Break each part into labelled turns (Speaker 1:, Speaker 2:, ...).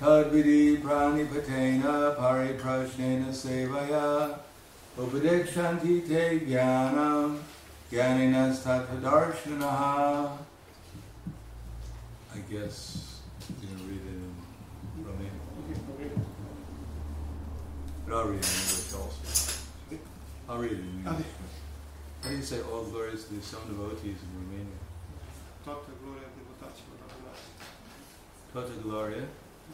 Speaker 1: Tadvidi pranipatena pariprasnena sevaya upadekshanti te jnanam jnaninas tattvadarshanaha. I guess you can read it in Romanian. But I'll read it in English also. I'll read it in English. How do you say all glories to the some devotees in Romania?
Speaker 2: Toată gloria devotaților adunați.
Speaker 1: Toată gloria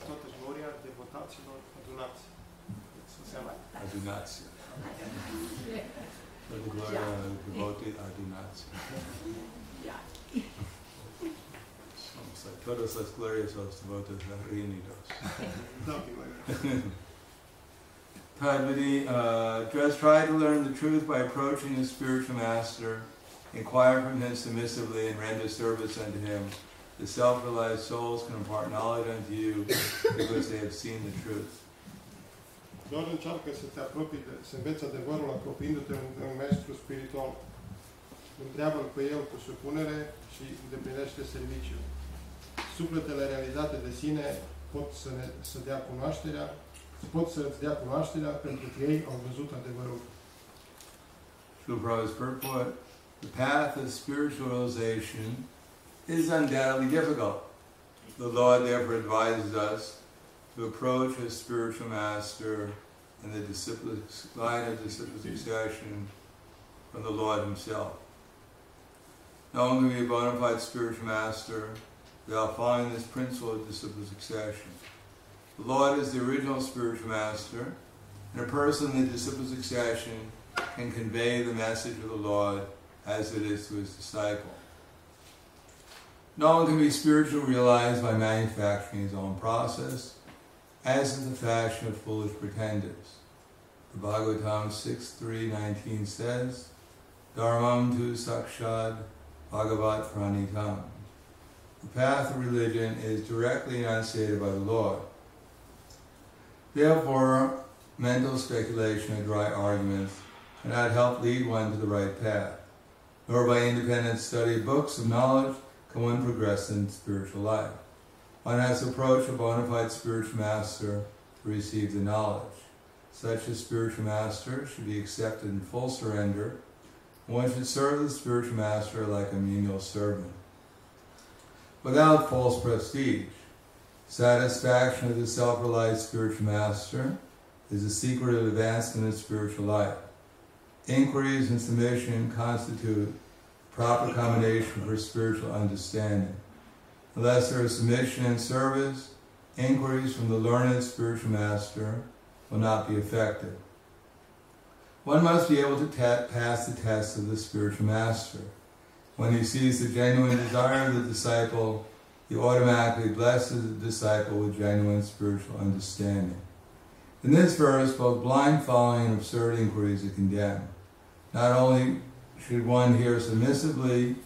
Speaker 2: Toată gloria devotaților adunați. Să înseamnă.
Speaker 1: adunația. Toată gloria devotei adunația. Almost like, Todas las glorias a los devotos reunidos.
Speaker 2: Da, mai greu.
Speaker 1: Padmini, uh, just try to learn the truth by approaching his spiritual master, inquire from him submissively, and render service unto him. The self-realized souls can impart knowledge unto you because they have seen the truth.
Speaker 2: Doar încearcă să te apropii, de, să înveți adevărul apropiindu-te de un maestru spiritual. Întreabă-l pe el cu supunere și îndeplinește serviciul. Sufletele realizate de sine pot să, ne, să dea cunoașterea, pot să îți dea cunoașterea pentru că ei au văzut adevărul.
Speaker 1: Srila Prabhupada's purport, the path of spiritual realization is undoubtedly difficult. The Lord therefore advises us to approach his spiritual master in the disciplic, line of disciplic succession from the Lord himself. Not only will you be a bona fide spiritual master, without following this principle of disciplic succession. The Lord is the original spiritual master, and a person in the disciplic succession can convey the message of the Lord as it is to his disciple. No one can be spiritually realized by manufacturing his own process, as is the fashion of foolish pretenders. The Bhagavatam 6.3.19 says, Dharmam tu sakshad bhagavat pranitam. The path of religion is directly enunciated by the Lord. Therefore, mental speculation and dry arguments cannot help lead one to the right path, nor by independent study of books of knowledge can one progress in spiritual life. One has to approach a bona fide spiritual master to receive the knowledge. Such a spiritual master should be accepted in full surrender. One should serve the spiritual master like a menial servant, without false prestige. Satisfaction of the self-realized spiritual master is the secret of advancement in spiritual life. Inquiries and submission constitute proper combination for spiritual understanding. Unless there is submission and service, inquiries from the learned spiritual master will not be effective. One must be able to ta- pass the test of the spiritual master. When he sees the genuine desire of the disciple, he automatically blesses the disciple with genuine spiritual understanding. In this verse, both blind following and absurd inquiries are condemned. Not only should one hear submissively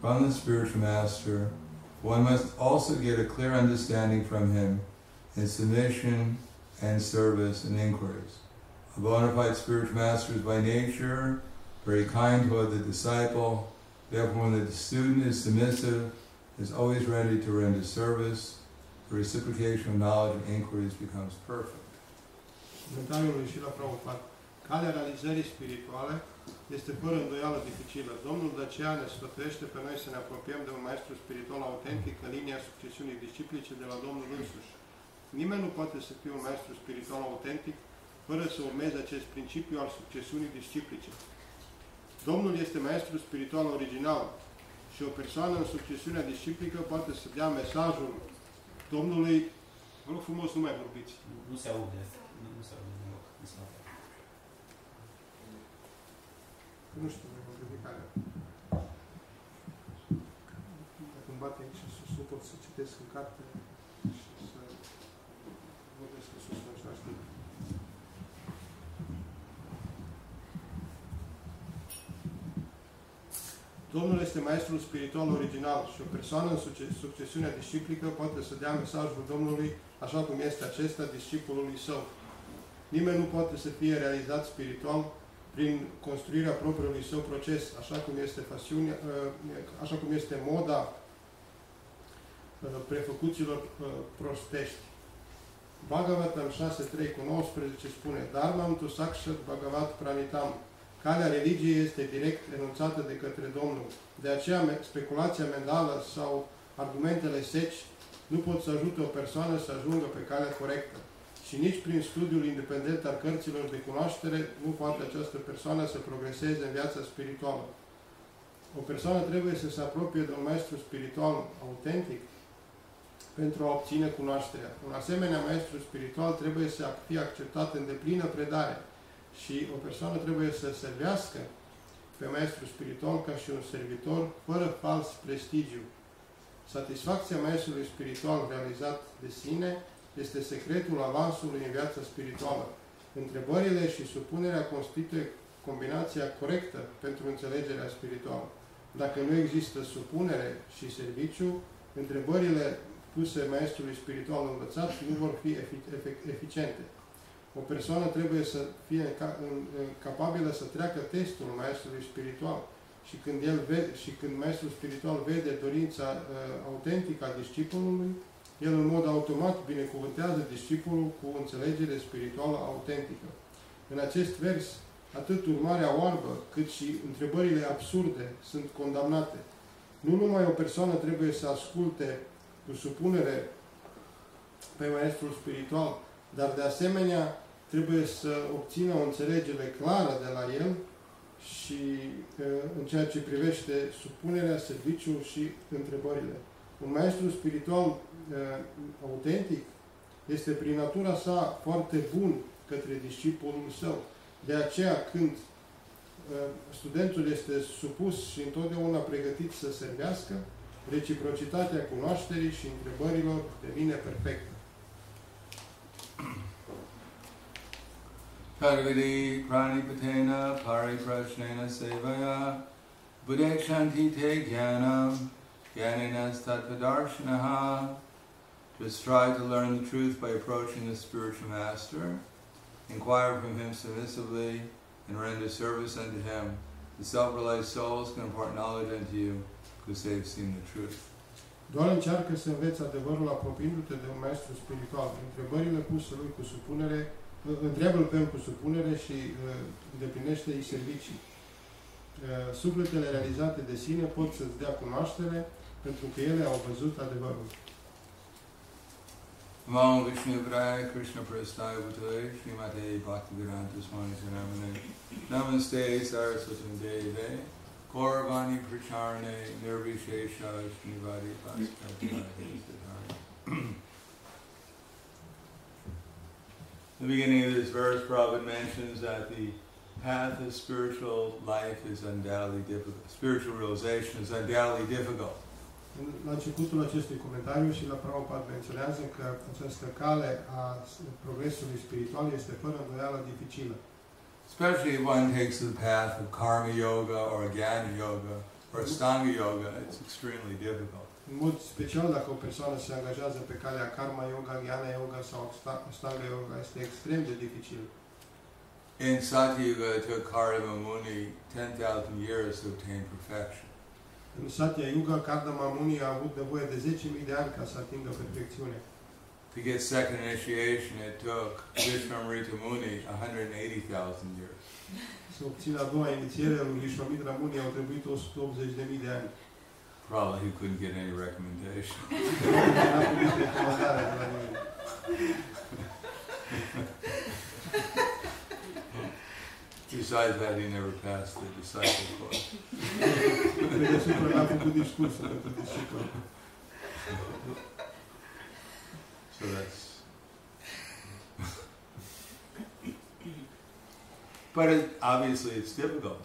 Speaker 1: from the spiritual master, one must also get a clear understanding from him in submission and service and inquiries. A bona fide spiritual master is by nature very kind toward the disciple. Therefore, when the student is submissive, is always ready to render service, the reciprocation of knowledge and inquiries becomes perfect.
Speaker 2: comentariul lui Shila Prabhupada. Calea realizării spirituale este fără îndoială dificilă. Domnul de aceea ne sfătuiește pe noi să ne apropiem de un maestru spiritual autentic în linia succesiunii disciplice de la Domnul însuși. Nimeni nu poate să fie un maestru spiritual autentic fără să urmeze acest principiu al succesiunii disciplice. Domnul este maestru spiritual original și o persoană în succesiunea disciplică poate să dea mesajul Domnului, vă rog frumos, nu mai vorbiți.
Speaker 3: Nu, nu se aude. Nu, nu se aude deloc. Nu se aude.
Speaker 2: Nu știu, mai mult de care. Dacă îmi bate aici sus, nu pot să citesc în carte și să vorbesc în sus în același timp. Domnul este maestrul spiritual original și o persoană în succe- succesiunea disciplică poate să dea mesajul Domnului așa cum este acesta discipolului său. Nimeni nu poate să fie realizat spiritual prin construirea propriului său proces, așa cum este pasiunea, uh, așa cum este moda uh, prefăcuților uh, ă, prostești. Bhagavatam 6.3 cu 19 spune Dharmam tu sakshat Bhagavat pranitam. Calea religiei este direct enunțată de către Domnul. De aceea me- speculația mentală sau argumentele seci nu pot să ajute o persoană să ajungă pe calea corectă. Și nici prin studiul independent al cărților de cunoaștere nu poate această persoană să progreseze în viața spirituală. O persoană trebuie să se apropie de un maestru spiritual autentic pentru a obține cunoașterea. Un asemenea maestru spiritual trebuie să fie acceptat în deplină predare și o persoană trebuie să servească pe maestru spiritual ca și un servitor fără fals prestigiu. Satisfacția maestrului spiritual realizat de sine este secretul avansului în viața spirituală. Întrebările și supunerea constituie combinația corectă pentru înțelegerea spirituală. Dacă nu există supunere și serviciu, întrebările puse maestrului spiritual învățat nu vor fi efi- efe- eficiente. O persoană trebuie să fie ca- în- în- capabilă să treacă testul maestrului spiritual și când, el vede, și când maestrul spiritual vede dorința uh, autentică a discipolului, el în mod automat binecuvântează discipolul cu înțelegere spirituală autentică. În acest vers, atât urmarea oarbă, cât și întrebările absurde sunt condamnate. Nu numai o persoană trebuie să asculte cu supunere pe maestrul spiritual, dar de asemenea trebuie să obțină o înțelegere clară de la el și eh, în ceea ce privește supunerea, serviciul și întrebările. Un maestru spiritual eh, autentic este prin natura sa foarte bun către discipulul său. De aceea când eh, studentul este supus și întotdeauna pregătit să servească, Reciprocitatea cunoașterii și întrebărilor devine perfectă.
Speaker 1: Parvati pranipatena pariprasnena sevaya budekshanti te jnanam jnaninas tattvadarshanaha To strive to learn the truth by approaching the spiritual master, inquire from him submissively, and render service unto him. The self-realized souls can impart knowledge unto you because they have seen the truth.
Speaker 2: Doar încearcă să înveți adevărul apropiindu-te de un maestru spiritual. Întrebările puse lui cu supunere, întreabă pe el cu supunere și uh, îndeplinește-i servicii. Uh, Sufletele realizate de sine pot să-ți dea cunoaștere pentru că ele au văzut adevărul.
Speaker 1: Among Vishnu Vraya Krishna Prasthaya Bhutale Srimate Bhaktivedanta Swami Saramane Namaste Saraswatam Deve Kauravani Pracharane Nirvishesha Srinivadi Bhaskarapadhyaya Siddhartha. The beginning of this verse, Prabhupada mentions that the path of spiritual life is undoubtedly difficult. Spiritual realization is undoubtedly difficult.
Speaker 2: În- La începutul acestui comentariu și la Prabhupada menționează că această cale a s- progresului spiritual este fără îndoială dificilă.
Speaker 1: Especially if one takes the path of karma yoga or jnana yoga or astanga yoga, it's extremely difficult.
Speaker 2: În mod special, dacă o persoană se angajează pe calea Karma Yoga, Jnana Yoga sau Sta- Stanga Yoga, este extrem de dificil.
Speaker 1: In Satyuga, it took Karma Muni 10,000 years to obtain perfection.
Speaker 2: În Satya Yoga, Kardama Muni a avut nevoie de 10.000 de ani ca să atingă perfecțiune.
Speaker 1: To get second initiation, it took Vishnamrita Muni 180,000 years.
Speaker 2: Să obțină a doua inițiere a lui Vishwamitra Muni au trebuit 180.000 de ani.
Speaker 1: Probably he couldn't get any recommendation.
Speaker 2: N-a primit recomandare de la nimeni.
Speaker 1: Besides that, he never passed the disciple course.
Speaker 2: Pe deasupra n-a făcut discursul pentru discipul.
Speaker 1: So that's. but it, obviously, it's difficult.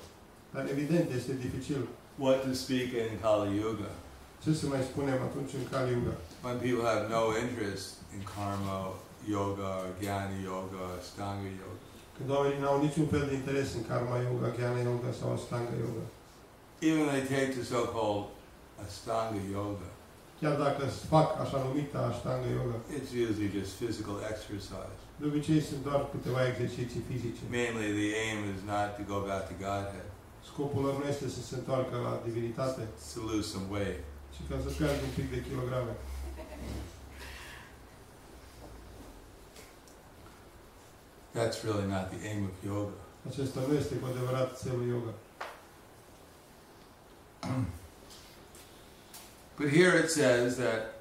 Speaker 2: Dar evident, este dificil.
Speaker 1: what to speak in Kali Yuga
Speaker 2: Ce să mai spunem atunci în Kali Yuga?
Speaker 1: when people have no interest in karma yoga or jnana yoga or astanga yoga.
Speaker 2: Când oamenii n-au niciun fel de interes în Karma Yoga, Jnana Yoga sau Astanga Yoga.
Speaker 1: Even they take the so-called astanga yoga,
Speaker 2: Chiar dacă îți fac așa numita Astanga Yoga,
Speaker 1: it's usually just physical exercise.
Speaker 2: de obicei sunt doar câteva exerciții fizice.
Speaker 1: Mainly the aim is not to go back to Godhead,
Speaker 2: Scopul lor nu este să se întoarcă la divinitate,
Speaker 1: it's to lose some weight.
Speaker 2: ci ca să piardă un pic de kilograme.
Speaker 1: That's really not the aim of yoga.
Speaker 2: Acesta nu este cu adevărat țelul yoga.
Speaker 1: But here it says that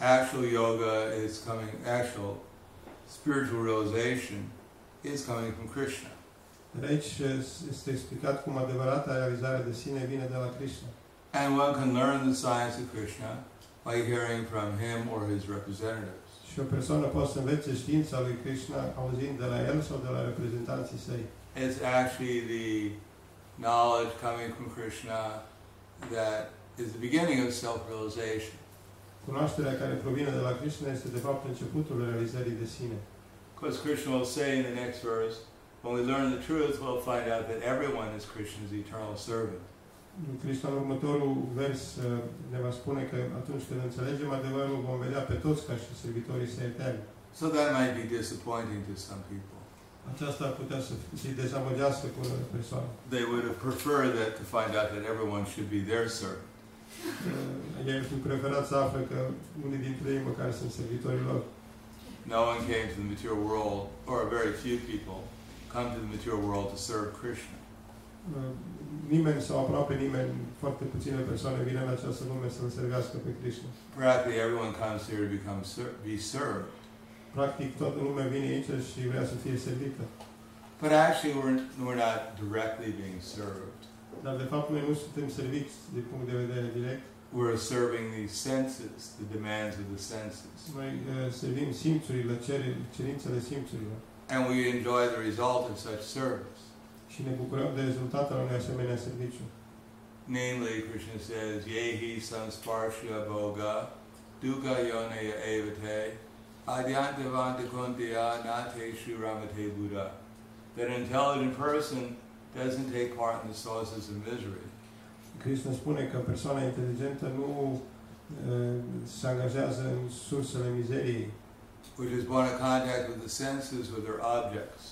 Speaker 1: actual yoga is coming, actual spiritual realization is coming from Krishna.
Speaker 2: Dar aici este explicat cum adevărata realizare de sine vine de la Krishna.
Speaker 1: And one can learn the science of Krishna by hearing from him or his representatives.
Speaker 2: Și o persoană poate să învețe știința lui Krishna auzind de la el sau de la reprezentanții săi.
Speaker 1: It's actually the knowledge coming from Krishna that is the beginning of self realization.
Speaker 2: Cunoașterea care provine de la Krishna este de fapt începutul realizării de sine.
Speaker 1: Because Krishna will say in the next verse, when we learn the truth, we'll find out that everyone is Krishna's eternal servant.
Speaker 2: Crista în următorul vers uh, ne va spune că atunci când înțelegem adevărul vom vedea pe toți ca și servitorii săi eterni.
Speaker 1: So that might be disappointing to some people.
Speaker 2: Aceasta ar putea să să-i dezamăgească pe unele persoane.
Speaker 1: They would have preferred that to find out that everyone should be their servant.
Speaker 2: Uh, Ei ar fi preferat să află că unii dintre ei măcar sunt servitorii lor.
Speaker 1: No one came to the material world, or very few people come to the material world to serve Krishna.
Speaker 2: Uh, Nimeni sau aproape nimeni, foarte puține persoane vin în această lume să-L servească pe Krishna.
Speaker 1: Practically everyone comes here to become ser- be served.
Speaker 2: Practic toată lumea vine aici și vrea să fie servită.
Speaker 1: But actually, we're, we're not directly being served.
Speaker 2: Dar de fapt noi nu suntem serviți din punct de vedere direct.
Speaker 1: We're serving the senses, the demands of the senses.
Speaker 2: Noi uh, servim simțurile, cere, cerințele simțurilor.
Speaker 1: And we enjoy the result of such service.
Speaker 2: și ne bucurăm de rezultatele unui asemenea serviciu.
Speaker 1: Namely, Krishna says, Yehi samsparshya bhoga, dukkha yonaya evate, adyantavanta kuntiya nateshu ramate buddha. That an intelligent person doesn't take part in the sources of misery.
Speaker 2: Krishna spune că persoana inteligentă nu uh, se angajează în sursele mizeriei,
Speaker 1: which is born in contact with the senses, with their objects.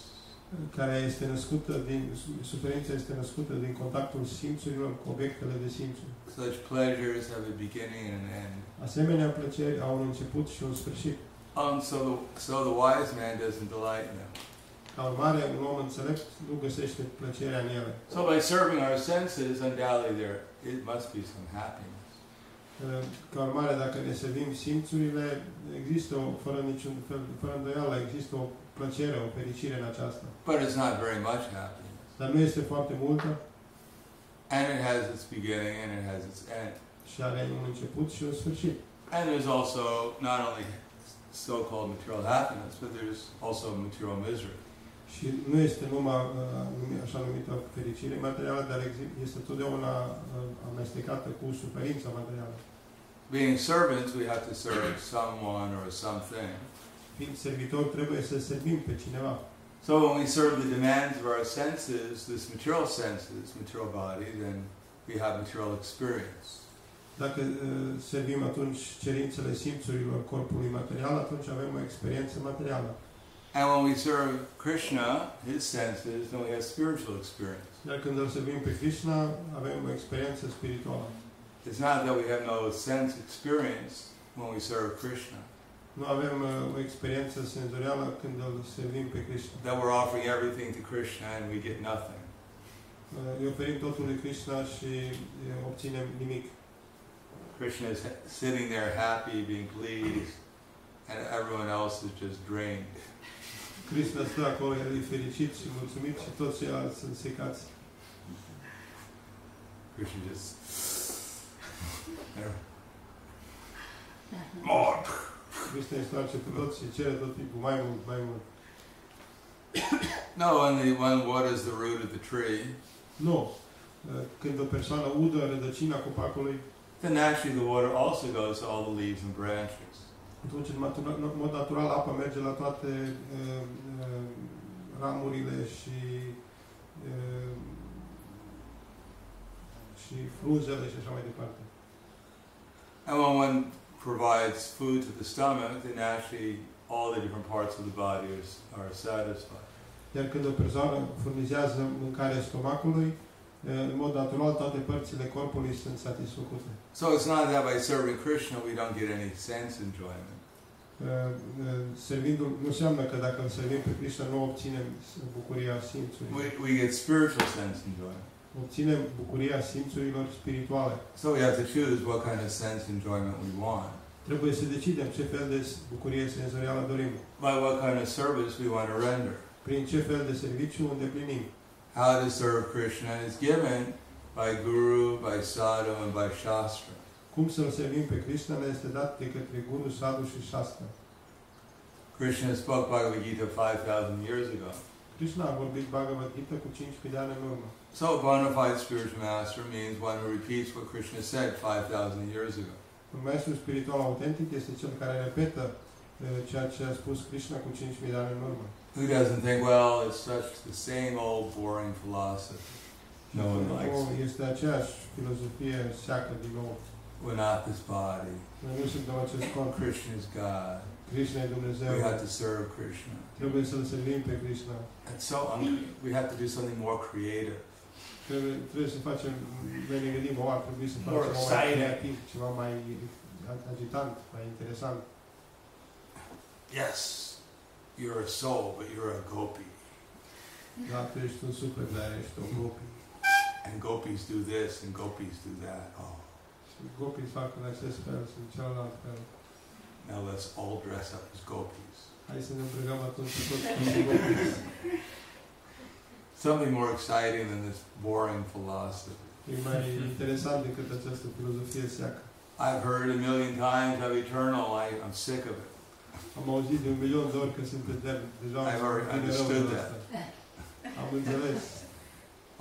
Speaker 2: care este născută din, suferința este născută din contactul simțurilor cu obiectele de simțuri.
Speaker 1: Such pleasures have a beginning and an end.
Speaker 2: Asemenea plăceri au un început și un sfârșit.
Speaker 1: And Um, so the, so the wise man doesn't delight in them.
Speaker 2: Ca urmare, un om înțelept nu găsește plăcerea în ele.
Speaker 1: So by serving our senses, undoubtedly there it must be some happiness.
Speaker 2: Uh, Ca urmare, dacă ne servim simțurile, există, o, fără niciun fel, fără îndoială, există o plăcere, o fericire în aceasta.
Speaker 1: But it's not very much happiness.
Speaker 2: Dar nu este foarte multă,
Speaker 1: And it has its beginning and it has its end.
Speaker 2: și are un început și un sfârșit.
Speaker 1: And there's also not only so-called material happiness, but there's also material misery.
Speaker 2: Și nu este numai uh, numi- așa numită fericire materială, dar exi- este totdeauna uh, amestecată cu suferința materială.
Speaker 1: Being servants, we have to serve someone or something.
Speaker 2: Fiind servitor, trebuie să servim pe cineva.
Speaker 1: So when we serve the demands of our senses, this material senses, material body, then we have material experience.
Speaker 2: Dacă uh, servim atunci cerințele simțurilor corpului material, atunci avem o experiență materială.
Speaker 1: And when we serve Krishna, his senses, then we have spiritual experience.
Speaker 2: Iar când îl servim pe Krishna, avem o experiență spirituală.
Speaker 1: It's not that we have no sense experience when we serve Krishna,
Speaker 2: Nu avem uh, o experiență senzorială când îl servim pe Krishna.
Speaker 1: that we're offering everything to Krishna and we get nothing.
Speaker 2: Uh, Îi oferim totul lui Krishna și eh, obținem nimic.
Speaker 1: Krishna is sitting there happy, being pleased, and everyone else is just drained.
Speaker 2: Krishna stă acolo, el e fericit și mulțumit și toți ceilalți sunt secați.
Speaker 1: Krishna just. More!
Speaker 2: Krishna îi stoarce pe toți și cere tot timpul mai mult, mai mult.
Speaker 1: No, when the one waters the root of the tree,
Speaker 2: Nu! Eh, Când o persoană udă rădăcina copacului,
Speaker 1: then naturally the water also goes to all the leaves and branches.
Speaker 2: atunci în matura- în mod natural apa merge la toate eh, eh, ramurile și eh, și frunzele și așa mai departe.
Speaker 1: And when one provides food to the stomach, then naturally all the different parts of the body are, are satisfied.
Speaker 2: Iar când o persoană furnizează mâncarea stomacului, eh, în mod natural toate părțile corpului sunt satisfăcute.
Speaker 1: So it's not that by serving Krishna we don't get any sense enjoyment.
Speaker 2: uh, uh, servindu-L, nu înseamnă că dacă îl servim pe Hristos nu obținem bucuria simțurilor.
Speaker 1: We, we get spiritual sense and joy.
Speaker 2: Obținem bucuria simțurilor spirituale.
Speaker 1: So we have to choose what kind of sense enjoyment we want,
Speaker 2: Trebuie să decidem ce fel de bucurie senzorială dorim,
Speaker 1: by what kind of service we want to render.
Speaker 2: prin ce fel de serviciu îndeplinim.
Speaker 1: How to serve Krishna is given by Guru, by Sadhu, and by Shastra.
Speaker 2: Cum să-L servim pe Krishna ne este dat de către Guru, Sadhu și Shastra.
Speaker 1: Krishna spoke Bhagavad Gita 5,000 years ago.
Speaker 2: Krishna a vorbit Bhagavad Gita cu 5.000 de ani în urmă.
Speaker 1: So a bona fide spiritual master means one who repeats what Krishna said 5,000 years ago.
Speaker 2: Un maestru spiritual autentic este cel care repetă eh, ceea ce a spus Krishna cu 5.000 de ani în urmă.
Speaker 1: Who doesn't think, well, it's such the same old boring philosophy. No exact. one likes
Speaker 2: O,
Speaker 1: it.
Speaker 2: este aceeași filozofie seacă din nou.
Speaker 1: We're not this body.
Speaker 2: Noi nu suntem acest corp.
Speaker 1: Krishna is God.
Speaker 2: Krishna e
Speaker 1: We
Speaker 2: Dumnezeu.
Speaker 1: have to serve Krishna.
Speaker 2: Trebuie să-L servim pe Krishna.
Speaker 1: And so um, we have to do something more creative.
Speaker 2: Trebuie, trebuie să facem, noi ne gândim, o, ar trebui să facem
Speaker 3: More
Speaker 2: ceva mai
Speaker 3: exciting.
Speaker 2: creativ, ceva mai agitant, mai interesant.
Speaker 1: Yes, you're a soul, but you're a gopi.
Speaker 2: Da, tu ești un suflet, dar ești un gopi.
Speaker 1: And gopis do this and gopis do that. Oh,
Speaker 2: Și Gopii fac în acest fel și în celălalt fel.
Speaker 1: now let's all dress up as gopis.
Speaker 2: Hai să ne îmbrăcăm atunci cu toți cu gopii.
Speaker 1: Something more exciting than this boring philosophy.
Speaker 2: E mai interesant decât această filozofie seacă.
Speaker 1: I've heard a million times of eternal life. I'm sick of it.
Speaker 2: Am auzit de un milion de ori că sunt etern. Deja
Speaker 1: I've already
Speaker 2: am înțeles
Speaker 1: understood
Speaker 2: rău de
Speaker 1: that.
Speaker 2: asta. Am înțeles.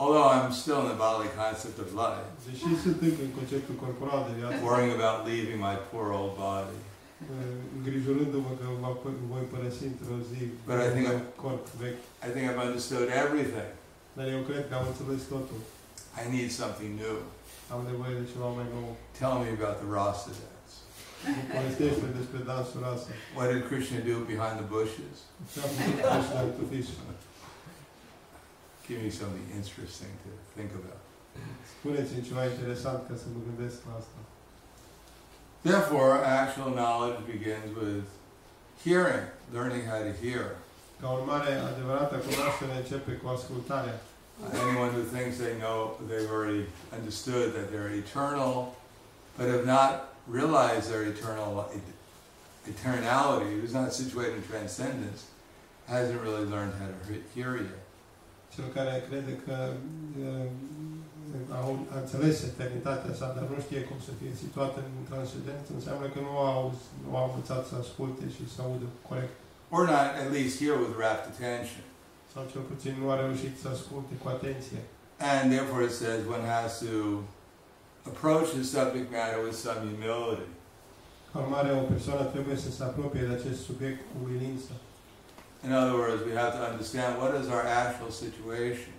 Speaker 1: Although I'm still in the Bali concept of life,
Speaker 2: Deși sunt încă în conceptul corporal de viață,
Speaker 1: worrying about leaving my poor old body.
Speaker 2: eh, îngrijorându-mă că mă pă- voi pălăsi într-o zi
Speaker 1: But I think
Speaker 2: un
Speaker 1: I-
Speaker 2: corp vechi.
Speaker 1: I think I've understood everything.
Speaker 2: Dar eu cred că am înțeles totul.
Speaker 1: I need something new.
Speaker 2: Am nevoie de ceva mai nou.
Speaker 1: Tell me about the Rasa dance.
Speaker 2: Mă povestește despre dansul asta.
Speaker 1: What did Krishna do behind the bushes?
Speaker 2: Ce am făcut Krishna cu tufiș.
Speaker 1: Give me something interesting to think about.
Speaker 2: Spuneți-mi ceva interesant ca să mă gândesc la asta.
Speaker 1: Therefore, actual knowledge begins with hearing, learning how to hear.
Speaker 2: Ca urmare, adevărata cunoaștere începe cu ascultarea.
Speaker 1: Uh, Anyone who thinks they know, they've already understood that they're eternal, but have not realized their eternal eternality, who's not situated in transcendence, hasn't really learned how to he- hear yet.
Speaker 2: Cel care crede că eh, au, a înțeles eternitatea sa, dar nu știe cum să fie situată în transcendență, înseamnă că nu au, nu au învățat să asculte și să audă corect.
Speaker 1: Or not at least hear with rapt attention.
Speaker 2: Sau cel puțin nu a reușit să asculte cu atenție.
Speaker 1: And therefore it says one has to approach the subject matter with some humility.
Speaker 2: Ca urmare, o persoană trebuie să se apropie de acest subiect cu umilință.
Speaker 1: In other words, we have to understand what is our actual situation.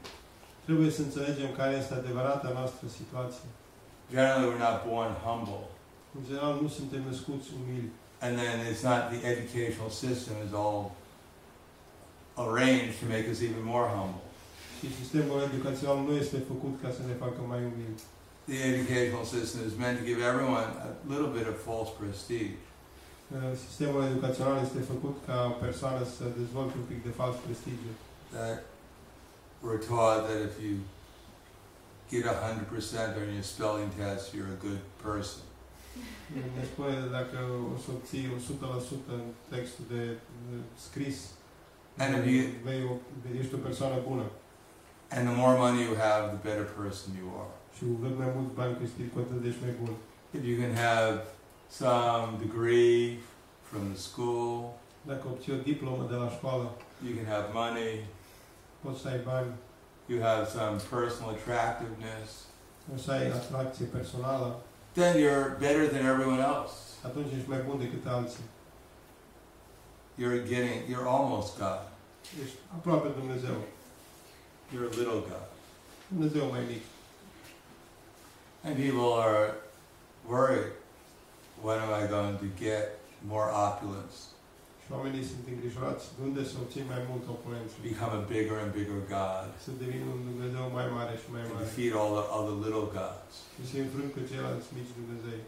Speaker 2: Trebuie să înțelegem care este adevărata noastră situație.
Speaker 1: Generally, we're not born humble.
Speaker 2: În general, nu suntem născuți umili.
Speaker 1: And then it's not the educational system is all arranged to make us even more humble.
Speaker 2: Și sistemul educațional nu este făcut ca să ne facă mai umili.
Speaker 1: The educational system is meant to give everyone a little bit of false prestige.
Speaker 2: Uh, Sistemul educațional este făcut ca o persoană să dezvolte un pic de fals prestigiu.
Speaker 1: That we're taught that if you get 100% on your spelling test, you're a good person.
Speaker 2: Uh, Ne spune dacă o să obții 100% în textul de de scris, uh,
Speaker 1: And if you,
Speaker 2: vei, o- ești o persoană bună.
Speaker 1: and the more money you have, the better person you are.
Speaker 2: Și cu cât mai mulți bani câștigi, cu atât ești mai bun.
Speaker 1: If you can have some degree from the school,
Speaker 2: Dacă obții o diplomă de la școală,
Speaker 1: you can have money,
Speaker 2: poți să ai bani,
Speaker 1: you have some personal attractiveness,
Speaker 2: o să ai atracție personală,
Speaker 1: then you're better than everyone else.
Speaker 2: atunci ești mai bun decât alții.
Speaker 1: You're getting, you're almost God.
Speaker 2: Ești aproape Dumnezeu.
Speaker 1: You're a little God.
Speaker 2: Dumnezeu mai mic.
Speaker 1: And people are worried, when am I going to get more opulence,
Speaker 2: Și oamenii sunt îngrijorați de unde să obții mai multă opulență.
Speaker 1: become a bigger and bigger God,
Speaker 2: Să devin un Dumnezeu mai mare și mai
Speaker 1: and
Speaker 2: mare.
Speaker 1: defeat all the other little gods?
Speaker 2: Și se înfrâng pe ceilalți mici Dumnezei.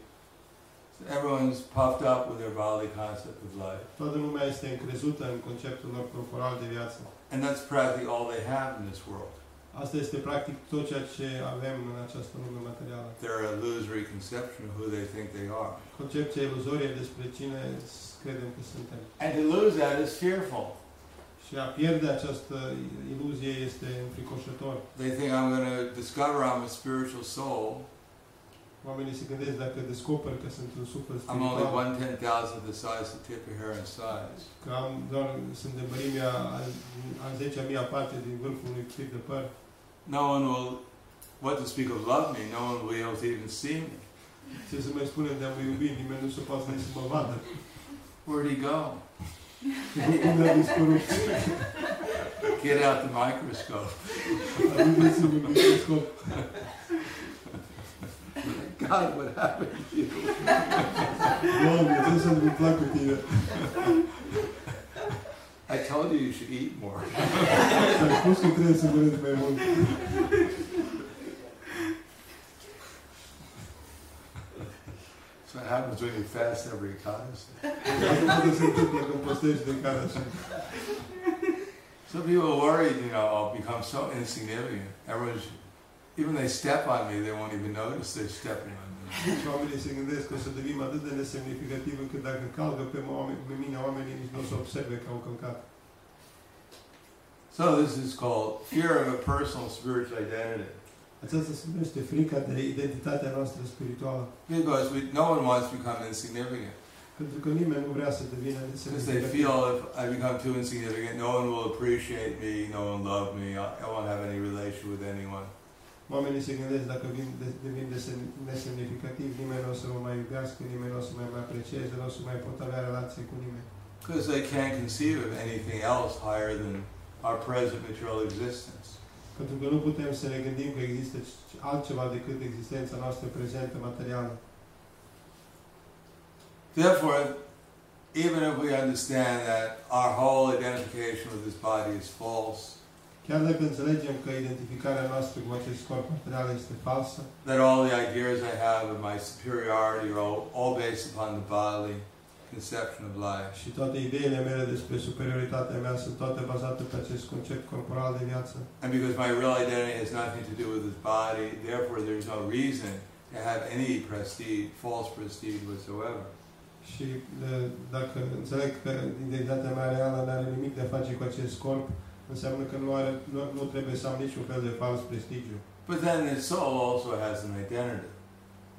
Speaker 1: So Everyone's puffed up with their bodily concept of life.
Speaker 2: Toată lumea este încrezută în conceptul lor corporal de viață.
Speaker 1: And that's practically all they have in this world.
Speaker 2: Asta este practic tot ceea ce avem în această lume materială.
Speaker 1: Their illusory conception of who they think they are.
Speaker 2: Concepția iluzorie despre cine credem că suntem.
Speaker 1: And to lose that is fearful.
Speaker 2: Și a pierde această iluzie este înfricoșător.
Speaker 1: They think I'm going to discover I'm a spiritual soul.
Speaker 2: Oamenii se gândesc dacă descoper că sunt un suflet
Speaker 1: I'm only
Speaker 2: spiritual,
Speaker 1: one ten thousandth the size of Tippahara in size.
Speaker 2: că am doar sunt de mărimea a, a 10.000 mii parte din vârful unui chip de păr.
Speaker 1: No one will, what to speak of love me, no one will be able to even see me.
Speaker 2: Ce să mai spunem de a mă iubi, nimeni nu se poate nici să mă vadă.
Speaker 1: Where'd he go?
Speaker 2: Unde a dispărut?
Speaker 1: Get out the microscope.
Speaker 2: Aruncați-vă în microscop.
Speaker 1: God, what happened?
Speaker 2: Doamne, ce s-a întâmplat cu tine?
Speaker 1: I told you you should eat more.
Speaker 2: Ți-am spus că trebuie să mănânci mai mult.
Speaker 1: That's what happens when you fast every Eucharistie.
Speaker 2: Asta poate se întâmplă când postești de cara așa.
Speaker 1: Some people are worried, you know, I'll become so insignificant. Everyone's, even they step on me, they won't even notice they're stepping on me.
Speaker 2: Și oamenii se gândesc că o să devenim atât de nesemnificativ încât dacă calcă pe, oameni, pe mine oamenii nici nu o să observe că au călcat.
Speaker 1: So this is called fear of a personal spiritual identity.
Speaker 2: Aceasta se numește frica de identitatea noastră spirituală,
Speaker 1: Because we, no one wants to become insignificant.
Speaker 2: pentru că nimeni nu vrea să devină
Speaker 1: Because they
Speaker 2: nesemnificativ.
Speaker 1: feel if I become too insignificant, no one will appreciate me, no one will love me, I, I won't have any relation with anyone.
Speaker 2: Oamenii se gândesc dacă vin, de, devin desem- nesemnificativ, nimeni nu o să mă mai iubească, nimeni nu o să mai, mai aprecieze, nu o să mai pot avea relație cu nimeni.
Speaker 1: Because they can't conceive of anything else higher than our present material existence.
Speaker 2: Pentru că nu putem să ne gândim că există c- altceva decât existența noastră prezentă materială.
Speaker 1: Therefore, even if we understand that our whole identification with this body is false,
Speaker 2: Chiar dacă înțelegem că identificarea noastră cu acest corp material este falsă,
Speaker 1: that all the ideas I have of my superiority are all, all based upon the bodily conception of life,
Speaker 2: și toate ideile mele despre superioritatea mea sunt toate bazate pe acest concept corporal de viață,
Speaker 1: and because my real identity has nothing to do with this body, therefore there's no reason to have any prestige, false prestige whatsoever.
Speaker 2: Și de- dacă înțeleg că identitatea mea reală nu are nimic de a face cu acest corp, înseamnă că nu, are, nu, nu trebuie să am niciun fel de fals prestigiu.
Speaker 1: But then the soul also has an identity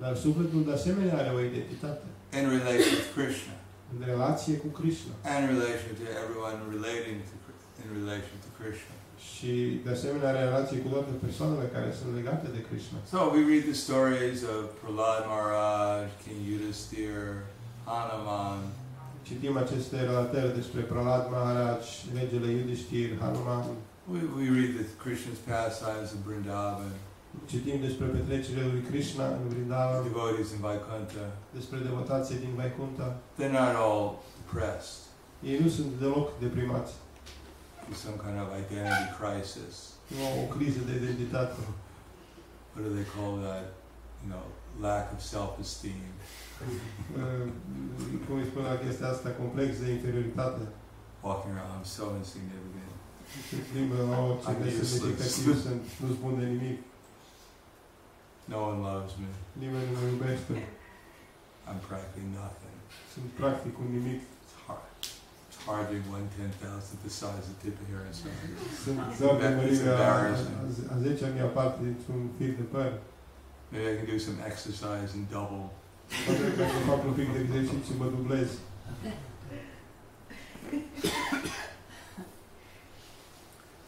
Speaker 2: Dar sufletul de asemenea are o identitate
Speaker 1: in relation to Krishna.
Speaker 2: în relație cu Krishna
Speaker 1: and relation to everyone relating to, in relation to Krishna.
Speaker 2: și de asemenea are relație cu toate persoanele care sunt legate de Krishna.
Speaker 1: So we read the stories of Prahlad Maharaj, King Yudhisthira, Hanuman,
Speaker 2: Citim aceste relatări despre Prahlad Maharaj, regele Yudhishthir, Hanuman,
Speaker 1: we, we read the Krishna's pastimes in Vrindavan,
Speaker 2: citim despre petrecerile lui Krishna în
Speaker 1: the
Speaker 2: Vrindavan,
Speaker 1: devotees in Vaikuntha.
Speaker 2: despre devotație din Vaikunta.
Speaker 1: They're not all depressed
Speaker 2: Ei nu sunt deloc deprimați.
Speaker 1: with some kind of identity crisis.
Speaker 2: Nu au o criză de identitate.
Speaker 1: What do they call that? You know, lack of self-esteem.
Speaker 2: Uh, cum îi spun la chestia asta, complex de inferioritate.
Speaker 1: Walking around, I'm so insignificant.
Speaker 2: Se plimbă la orice
Speaker 1: Ai
Speaker 2: de
Speaker 1: useless.
Speaker 2: semnificativ, sunt, nu spun de nimic,
Speaker 1: No one loves me.
Speaker 2: nimeni nu mă iubește,
Speaker 1: I'm practically nothing.
Speaker 2: sunt practic un nimic,
Speaker 1: It's hard. It's hardly one ten thousandth the size of Tipahara size.
Speaker 2: sunt doar de
Speaker 1: That is
Speaker 2: mărimea a,
Speaker 1: embarrassing.
Speaker 2: a, a 10 mea parte dintr-un fir de păr.
Speaker 1: Maybe I can do some exercise and double.
Speaker 2: Poate că dacă fac un pic de exercițiu, mă dublez.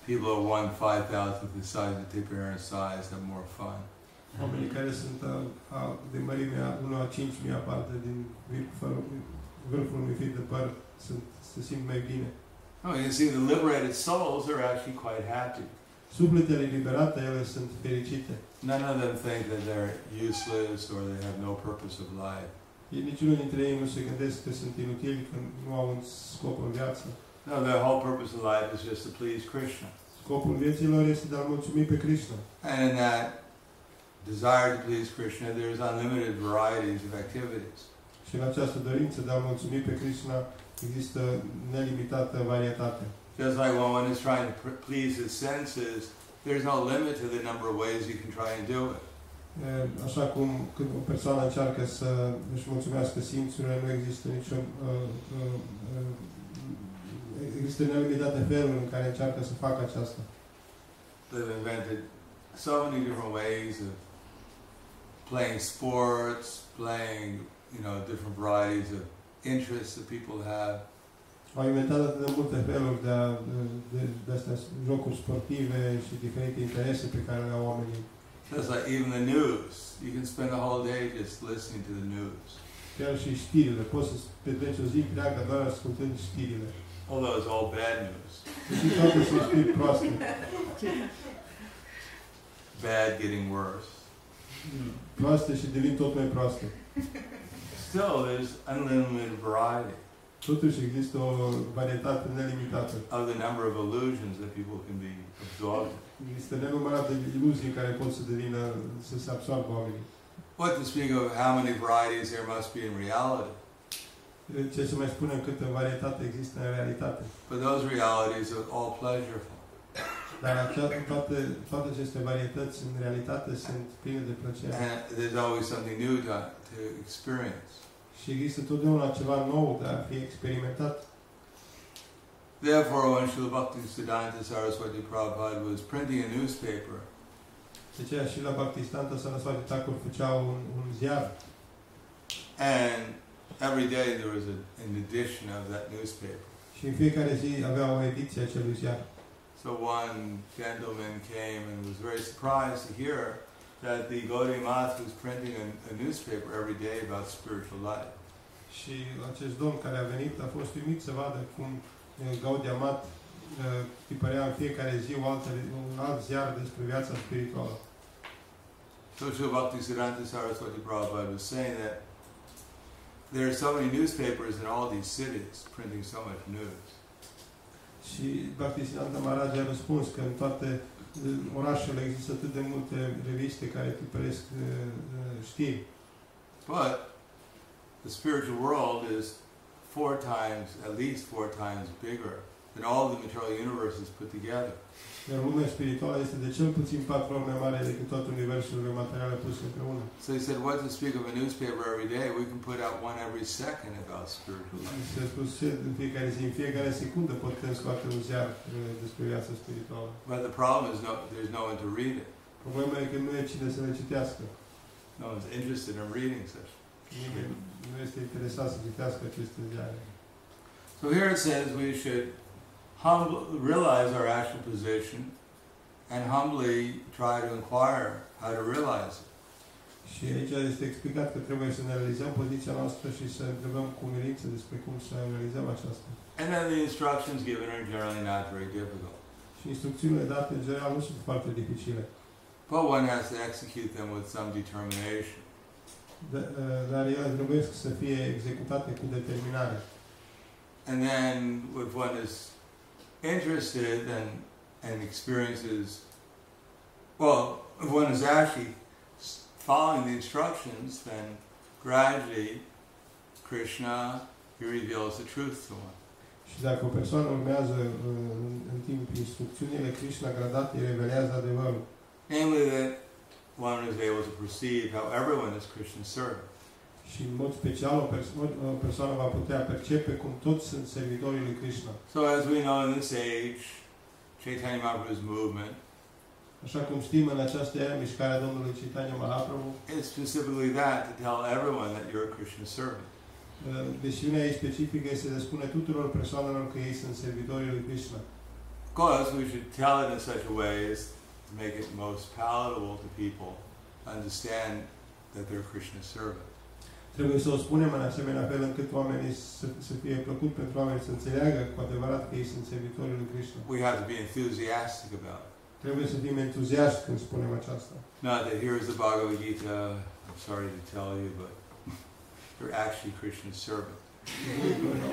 Speaker 1: People who are one five thousandth the size of Tipahara size have more fun.
Speaker 3: Uhum.
Speaker 2: Oamenii care sunt a, a, de mărimea 1 a 5 mea parte din vir- fără- vârful unui fir de păr, sunt, se simt mai bine.
Speaker 1: Oh, you can see the liberated souls are actually quite happy.
Speaker 2: Sufletele liberate, ele sunt fericite.
Speaker 1: None of them think that they're useless or they have no purpose of life.
Speaker 2: Ei, niciunul dintre ei nu se gândesc că sunt inutili, că nu au un scop în viață.
Speaker 1: No, their whole purpose of life is just to please Krishna.
Speaker 2: Scopul vieților este de a mulțumi pe Krishna.
Speaker 1: And in that desire to please Krishna, there's unlimited varieties of activities.
Speaker 2: Și Și în această dorință de a mulțumi pe Krishna există nelimitată varietate.
Speaker 1: Just like when one is trying to pr- please his senses, there's no limit to the number of ways you can try and do it.
Speaker 2: E, Așa cum când o persoană încearcă să își mulțumească simțurile, nu există niciun... Uh, uh, uh, există nelimitate felul în care încearcă să facă aceasta.
Speaker 1: They've invented so many different ways of playing sports, playing, you know, different varieties of interests that people have.
Speaker 2: Au inventat atât de multe feluri de, a, de, de astea, jocuri sportive și diferite interese pe care le au oamenii.
Speaker 1: Just like even the news, you can spend a whole day just listening to the news.
Speaker 2: Chiar și știrile. Poți să petreci o zi întreagă doar ascultând știrile.
Speaker 1: Although it's all bad news.
Speaker 2: Și toate sunt știri proaste.
Speaker 1: Bad getting worse.
Speaker 3: Uhum.
Speaker 2: Proaste și devin tot mai proaste.
Speaker 1: Still, there's unlimited variety
Speaker 2: Totuși există o varietate nelimitată.
Speaker 1: of the number of illusions that people can be absorbed in.
Speaker 2: Există nenumărate iluzii care pot să devină, să se absorbă oamenii.
Speaker 1: What to speak of how many varieties there must be in reality.
Speaker 2: Ce să mai spunem câtă varietate există în realitate.
Speaker 1: But those realities are all pleasureful.
Speaker 2: Dar acea, toate, toate aceste varietăți în realitate sunt pline de plăcere.
Speaker 1: And there's always something new to, to experience.
Speaker 2: Și există totdeauna ceva nou de a fi experimentat.
Speaker 1: Therefore, when Srila Bhakti Siddhanta Saraswati Prabhupada was printing a newspaper,
Speaker 2: De aceea și la Baptistanta s-a lăsat Thakur făcea un, un ziar
Speaker 1: and every day there was a, an edition of that newspaper.
Speaker 2: și în fiecare zi avea o ediție a acelui ziar.
Speaker 1: So one gentleman came and was very surprised to hear that the Gaudiya Math was printing a, a newspaper every day about spiritual life.
Speaker 2: Și acest domn care a venit a fost uimit să vadă cum eh, Gaudia Mat eh, tipărea în fiecare zi o altă, un alt ziar despre viața spirituală.
Speaker 1: So Srila Bhakti Siddhanta Saraswati Prabhupada was saying that there are so many newspapers in all these cities printing so much news.
Speaker 2: Și Bhaktisiddhanta Maharaj a răspuns că în toate eh, orașele există atât de multe reviste care tipăresc eh, eh, știri.
Speaker 1: But the spiritual world is four times, at least four times bigger than all the material universes put together.
Speaker 2: Iar lumea spirituală este de cel puțin patru ori mai mare decât tot universul de materiale puse împreună.
Speaker 1: So he said, what to speak of a newspaper every day? We can put out one every second about spiritual life.
Speaker 2: Și a spus ce în fiecare zi, în fiecare secundă putem scoate un ziar eh, despre viața spirituală.
Speaker 1: But the problem is no, there's no one to read it.
Speaker 2: Problema e că nu e cine să le citească.
Speaker 1: No one's interested in reading such.
Speaker 2: Nimeni nu este interesat să citească aceste ziare.
Speaker 1: So here it says we should humble, realize our actual position and humbly try to inquire how to realize it.
Speaker 2: Și aici este explicat că trebuie să ne realizăm poziția noastră și să întrebăm cu umilință despre cum să realizăm aceasta.
Speaker 1: And then the instructions given are generally not very difficult.
Speaker 2: Și instrucțiunile date, în general, nu sunt foarte dificile,
Speaker 1: But one has to execute them with some determination.
Speaker 2: da- eh, dar ele trebuie să fie executate cu determinare.
Speaker 1: And then if one is interested and, and experiences, well, if one is actually s- following the instructions, then gradually Krishna, he reveals the truth to one.
Speaker 2: Și dacă o persoană urmează eh, în, în timp instrucțiunile, Krishna gradat îi revelează adevărul.
Speaker 1: Namely that one is able to perceive how everyone is Krishna's servant.
Speaker 2: Și în mod special o, perso- o persoană va putea percepe cum toți sunt servitorii lui Krishna.
Speaker 1: So as we know in this age, Chaitanya Mahaprabhu's movement
Speaker 2: Așa cum știm, în această era mișcarea Domnului Chaitanya Mahaprabhu,
Speaker 1: is specifically that, to tell everyone that you're a Krishna's servant.
Speaker 2: uh, misiunea ei specifică este de a spune tuturor persoanelor că ei sunt servitorii lui Krishna.
Speaker 1: Of course, we should tell it in such a way as to make it most palatable to people to understand that they're Krishna's servant.
Speaker 2: Trebuie să o spunem în asemenea fel încât oamenii să, să fie plăcut pentru oameni să înțeleagă cu adevărat că ei sunt servitorii lui Krishna.
Speaker 1: We have to be enthusiastic about it.
Speaker 2: Trebuie să fim entuziaști când spunem aceasta.
Speaker 1: Not that here's the Bhagavad Gita, I'm sorry to tell you, but you're actually Krishna's servant.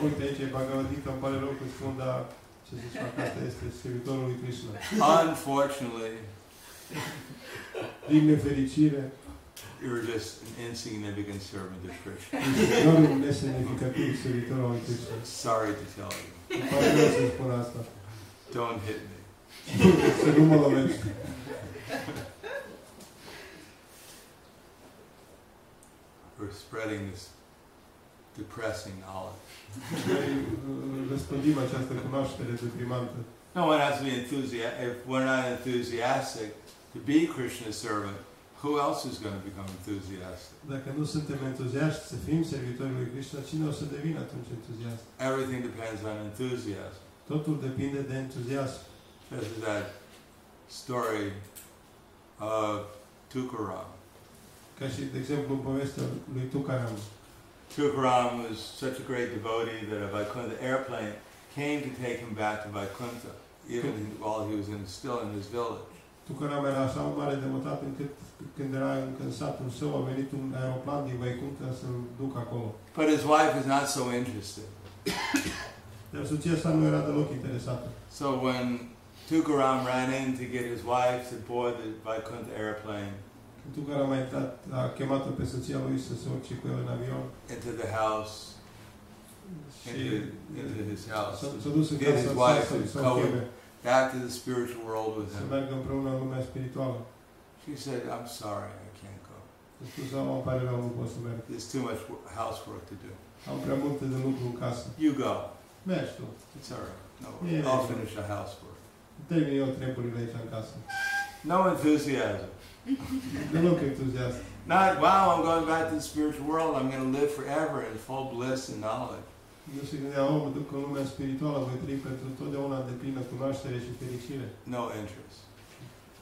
Speaker 2: Uite, aici e Bhagavad Gita, îmi pare rău că spun, dar ce să-ți fac, asta este servitorul lui Krishna.
Speaker 1: Unfortunately,
Speaker 2: Din nefericire,
Speaker 1: You're just an insignificant servant of Krishna.
Speaker 2: Doar un nesemnificativ servitor al lui Hristos.
Speaker 1: Sorry to tell you.
Speaker 2: Îmi pare rău să spun asta.
Speaker 1: Don't hit me.
Speaker 2: Să nu mă lovești.
Speaker 1: We're spreading this depressing knowledge.
Speaker 2: Noi uh, răspândim această cunoaștere deprimantă.
Speaker 1: No one has to be enthusiastic. If we're not enthusiastic to be Krishna's servant, who else is going to become enthusiastic?
Speaker 2: Dacă nu suntem entuziaști să fim servitorii lui Krishna, cine o să devină atunci entuziast?
Speaker 1: Everything depends on enthusiasm.
Speaker 2: Totul depinde de entuziasm.
Speaker 1: This is that story of Tukaram.
Speaker 2: Ca și, de exemplu, în povestea lui Tukaram.
Speaker 1: Tukaram was such a great devotee that a Vaikuntha airplane came to take him back to Vaikuntha, even while he was in, still in his village.
Speaker 2: Tukaram era așa un mare devotat încât când era încă în satul său a venit un aeroplan din Vaikunta să-l ducă acolo.
Speaker 1: But his wife is not so interested.
Speaker 2: Dar soția sa nu era deloc interesată.
Speaker 1: So when Tukaram ran in to get his wife to board the Vaikuntha airplane
Speaker 2: Când Tukaram a intrat, a chemat-o pe soția lui să se urce cu el în avion
Speaker 1: into the house,
Speaker 2: și
Speaker 1: into, into his house,
Speaker 2: s-a- s-a dus în
Speaker 1: Did his
Speaker 2: casa
Speaker 1: wife
Speaker 2: sa să- să o
Speaker 1: cover-
Speaker 2: cheme,
Speaker 1: back to the spiritual world with
Speaker 2: să
Speaker 1: him.
Speaker 2: meargă împreună în lumea spirituală.
Speaker 1: She said, I'm sorry, I can't go.
Speaker 2: A spus, am îmi pare rău, nu pot să merg.
Speaker 1: There's too much wo- housework to do.
Speaker 2: Am prea multe de lucru în casă.
Speaker 1: You go.
Speaker 2: Mergi tu.
Speaker 1: It's all right. No, worries.
Speaker 2: Yeah.
Speaker 1: I'll finish the housework.
Speaker 2: Termin eu treburile aici în casă.
Speaker 1: No enthusiasm.
Speaker 2: Deloc entuziast.
Speaker 1: Not, wow, I'm going back to the spiritual world. I'm going to live forever in full bliss and knowledge.
Speaker 2: Nu se gândea, oh, mă duc în lumea spirituală, voi trăi pentru totdeauna de plină cunoaștere și fericire.
Speaker 1: No interest.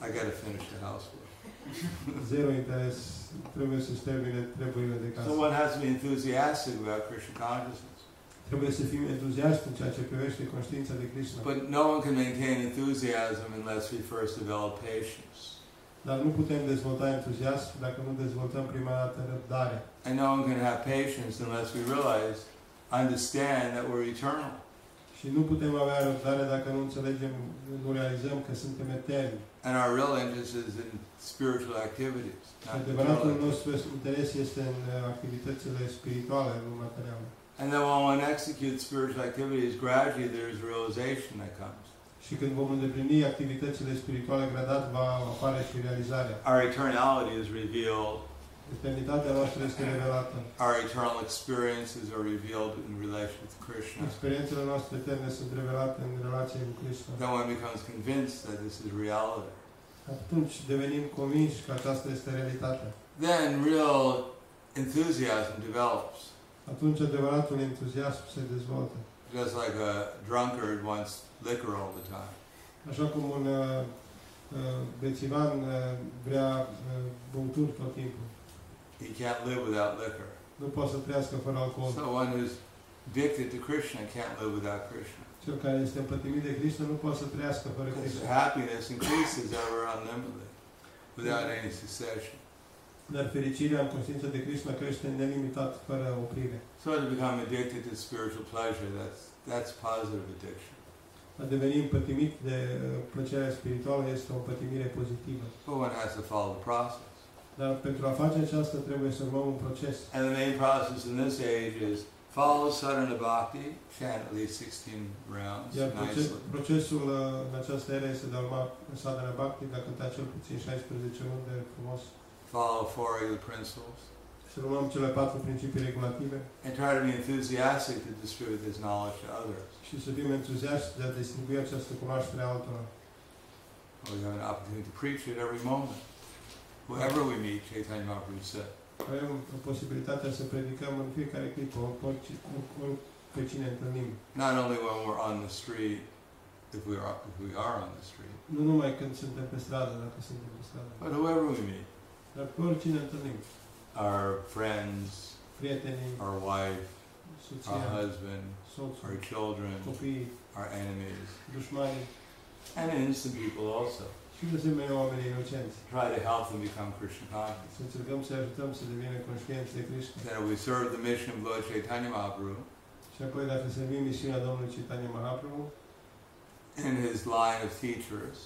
Speaker 1: I got to finish the housework.
Speaker 2: Zero interes, trebuie să-și termine treburile de casă.
Speaker 1: So one has to be enthusiastic about Krishna consciousness.
Speaker 2: Trebuie să fim entuziaști în ceea ce privește conștiința de Krishna.
Speaker 1: But no one can maintain enthusiasm unless we first develop patience.
Speaker 2: Dar nu putem dezvolta entuziasm dacă nu dezvoltăm prima dată răbdare.
Speaker 1: And no one can have patience unless we realize, understand that we're eternal.
Speaker 2: Și nu putem avea răbdare dacă nu înțelegem, nu realizăm că suntem eterni.
Speaker 1: And our real interest is in spiritual activities.
Speaker 2: Și
Speaker 1: not
Speaker 2: adevăratul
Speaker 1: material
Speaker 2: nostru interes este în uh, activitățile spirituale, nu materiale.
Speaker 1: And then when one executes spiritual activities, gradually there is realization that comes.
Speaker 2: Și când vom îndeplini activitățile spirituale gradat, va apare și realizarea.
Speaker 1: Our eternality is revealed,
Speaker 2: Eternitatea noastră este revelată.
Speaker 1: our eternal experiences are revealed in relation with Krishna.
Speaker 2: Experiențele noastre eterne sunt revelate în relație cu Krishna.
Speaker 1: Then one becomes convinced that this is reality.
Speaker 2: Atunci devenim convinși că aceasta este realitatea.
Speaker 1: Then real enthusiasm develops.
Speaker 2: Atunci adevăratul entuziasm se dezvoltă.
Speaker 1: Just like a drunkard wants liquor all the time.
Speaker 2: Așa cum un uh, uh, bețivan uh, vrea uh, băuturi tot timpul.
Speaker 1: He can't live without liquor.
Speaker 2: Nu poate să trăiască fără alcool.
Speaker 1: So one who's addicted to Krishna can't live without Krishna.
Speaker 2: Cel care este împătimit de Krishna nu poate să trăiască fără
Speaker 1: Because
Speaker 2: Krishna.
Speaker 1: happiness increases ever unlimitedly, without any cessation.
Speaker 2: Dar fericirea în conștiința de Krishna crește nelimitat, fără oprire.
Speaker 1: So to become addicted to spiritual pleasure, that's, that's positive addiction.
Speaker 2: A deveni împătimit de uh, plăcerea spirituală este o împătimire pozitivă.
Speaker 1: But one has to follow the process.
Speaker 2: Dar pentru a face aceasta trebuie să luăm un proces.
Speaker 1: And the main process in this age is follow sadhana bhakti, chant at least 16 rounds
Speaker 2: Iar proces,
Speaker 1: nicely.
Speaker 2: procesul uh, în această era este de a urma sadhana bhakti, de a cânta cel puțin 16 runde frumos,
Speaker 1: Follow four regular principles.
Speaker 2: să urmăm cele patru principii regulative
Speaker 1: And try to be enthusiastic to distribute this knowledge to others.
Speaker 2: și să fim entuziaști de a distribui această cunoaștere altora.
Speaker 1: We have an opportunity to preach it every moment. Whoever we meet, Chaitanya Mahaprabhu said.
Speaker 2: Avem posibilitatea să predicăm în fiecare clipă, orice, or- or- pe cine întâlnim.
Speaker 1: Not only when we're on the street, if we are, if we are on the street,
Speaker 2: Nu numai când suntem pe stradă, dacă suntem pe stradă,
Speaker 1: but whoever we meet,
Speaker 2: dar pe oricine întâlnim.
Speaker 1: our friends,
Speaker 2: Prietenii,
Speaker 1: our wife, our
Speaker 2: soția,
Speaker 1: husband, our
Speaker 2: soțul,
Speaker 1: children,
Speaker 2: copiii,
Speaker 1: our enemies,
Speaker 2: dușmanii
Speaker 1: and innocent people also.
Speaker 2: și de asemenea oamenii inocenți.
Speaker 1: Try to help them become Krishna conscious.
Speaker 2: Să încercăm să ajutăm să devină conștienți de Krishna.
Speaker 1: Then we serve the mission of Lord Chaitanya Mahaprabhu
Speaker 2: Și apoi dacă servim misiunea Domnului Chaitanya Mahaprabhu
Speaker 1: in his line of teachers,